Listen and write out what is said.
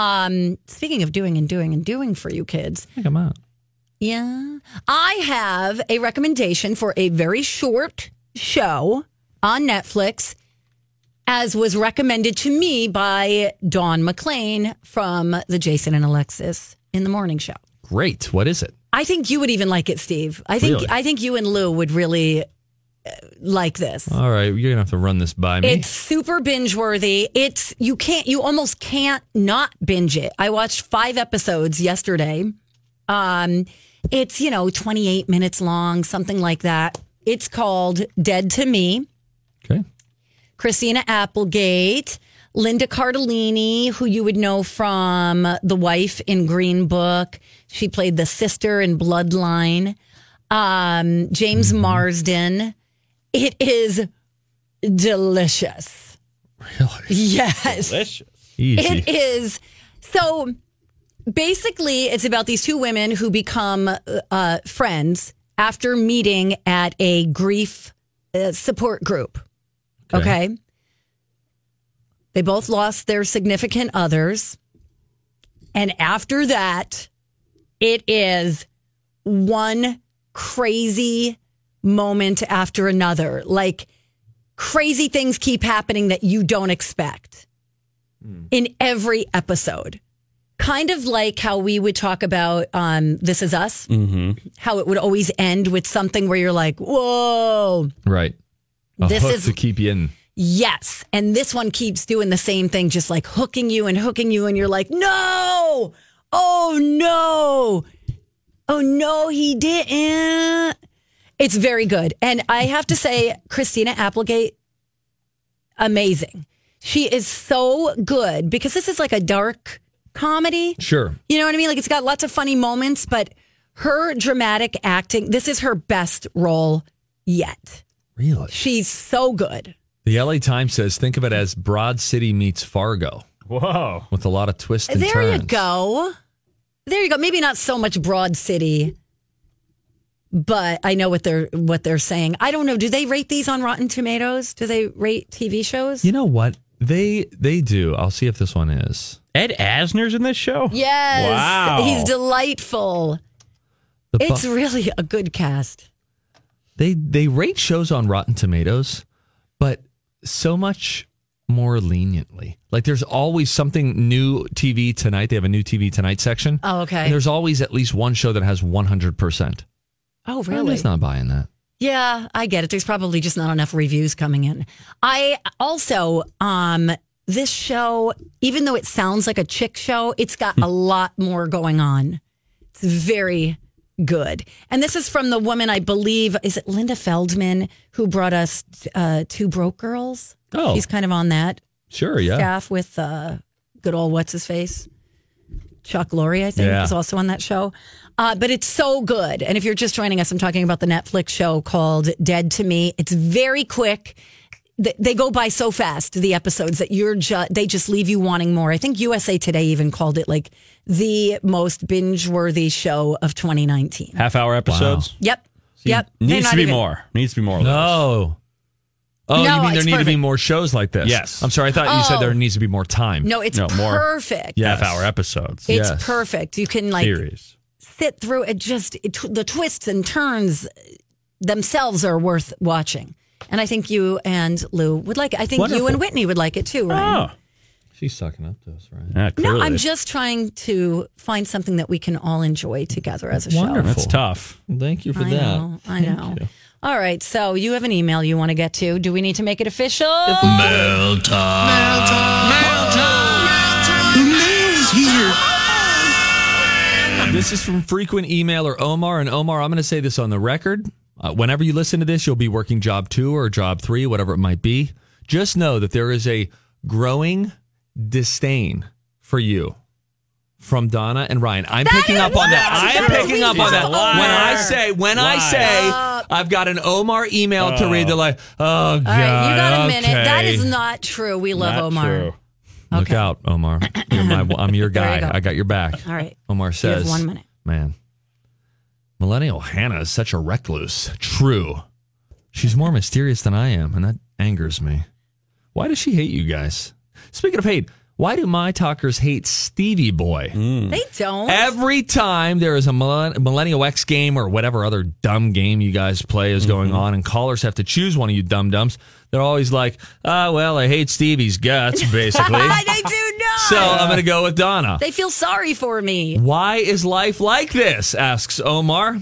Um, speaking of doing and doing and doing for you kids, Check them out. yeah, I have a recommendation for a very short show on Netflix, as was recommended to me by Dawn McLean from the Jason and Alexis in the Morning Show. Great. What is it? I think you would even like it, Steve. I think Really? I think you and Lou would really uh, like this. All right, you're gonna have to run this by me. It's super binge worthy. It's you can't you almost can't not binge it. I watched five episodes yesterday. Um it's, you know, 28 minutes long, something like that. It's called Dead to Me. okay. Christina Applegate, Linda Cardellini, who you would know from The Wife in Green Book. She played the sister in Bloodline. Um, James Marsden. It is delicious. Really? Yes. Easy. It is. So basically, it's about these two women who become uh, friends after meeting at a grief uh, support group. Okay. They both lost their significant others. And after that, it is one crazy moment after another. Like crazy things keep happening that you don't expect in every episode. Kind of like how we would talk about um, This Is Us, mm-hmm. how it would always end with something where you're like, whoa. Right. A This hook is- to keep you in. Yes. And this one keeps doing the same thing, just like hooking you and hooking you. And you're like, no. Oh, no. Oh, no, he didn't. It's very good. And I have to say, Christina Applegate, amazing. She is so good because this is like a dark comedy. Sure. You know what I mean? Like it's got lots of funny moments, but her dramatic acting, this is her best role yet. Really. She's so good. The LA Times says think of it as Broad City meets Fargo Whoa. with a lot of twists and there turns. you go. There you go. Maybe not so much Broad City, but I know what they're what they're saying. I don't know. Do they rate these on Rotten Tomatoes? Do they rate TV shows? You know what? They they do. I'll see if this one is. Ed Asner's in this show? Yes. Wow. He's delightful. The bu- It's really a good cast. they they rate shows on Rotten Tomatoes, but so much more leniently. Like there's always something new TV tonight. They have a new TV tonight section. Oh, okay. And there's always at least one show that has 100%. Oh, I'm really? just not buying that. Yeah, I get it. There's probably just not enough reviews coming in. I also, um, this show, even though it sounds like a chick show, it's got a lot more going on. It's very good. And this is from the woman, I believe, is it Linda Feldman who brought us uh, Two Broke Girls? Oh. She's kind of on that Sure, yeah. staff with uh, good old what's his face, Chuck Lorre, I think, Yeah. is also on that show. Uh, but it's so good. And if you're just joining us, I'm talking about the Netflix show called Dead to Me. It's very quick. Th- They go by so fast, the episodes that you're ju- they just leave you wanting more. I think USA Today even called it like the most binge worthy show of 2019. Half hour episodes? Yep. Yep. They're Needs not to be even- more. Needs to be more. of those. No. No, Oh, you mean there it's need to be perfect. more shows like this? Yes. I'm sorry. I thought you said Oh. there needs to be more time. No, it's No, more. perfect. Half hour episodes. It's Yes. perfect. You can like Series. sit through it just it, the twists and turns themselves are worth watching and i think you and lou would like it i think you Wonderful. and whitney would like it too right Oh. She's sucking up to us, right? Yeah, no clearly. i'm just trying to find something that we can all enjoy together as a Wonderful. show That's tough. Thank you for i that. know i know all right so you have an email you want to get to do we need to make it official This is from frequent emailer Omar. And Omar, I'm going to say this on the record. Uh, whenever you listen to this, you'll be working job two or job three, whatever it might be. Just know that there is a growing disdain for you from Donna and Ryan. I'm picking up on that. what? I am That picking is up on that. weird. When I Liar. say, when I Liar. say, I've got an Omar email to read, they're like, oh, God. all right you got a minute that okay. is not true we love Not omar true. Look out, Omar. You're my, I'm your There guy. you go. I got your back. all right Omar you says, have one minute Man, millennial Hannah is such a recluse. True. She's more mysterious than I am, and that angers me. Why does she hate you guys? Speaking of hate, Why do my talkers hate Stevie Boy? They don't. Every time there is a millen- Millennial X game or whatever other dumb game you guys play is going on, and callers have to choose one of you dum dums, they're always like, oh, well, I hate Stevie's guts, basically. they do not. so I'm going to go with Donna. they feel sorry for me. Why is life like this? asks Omar.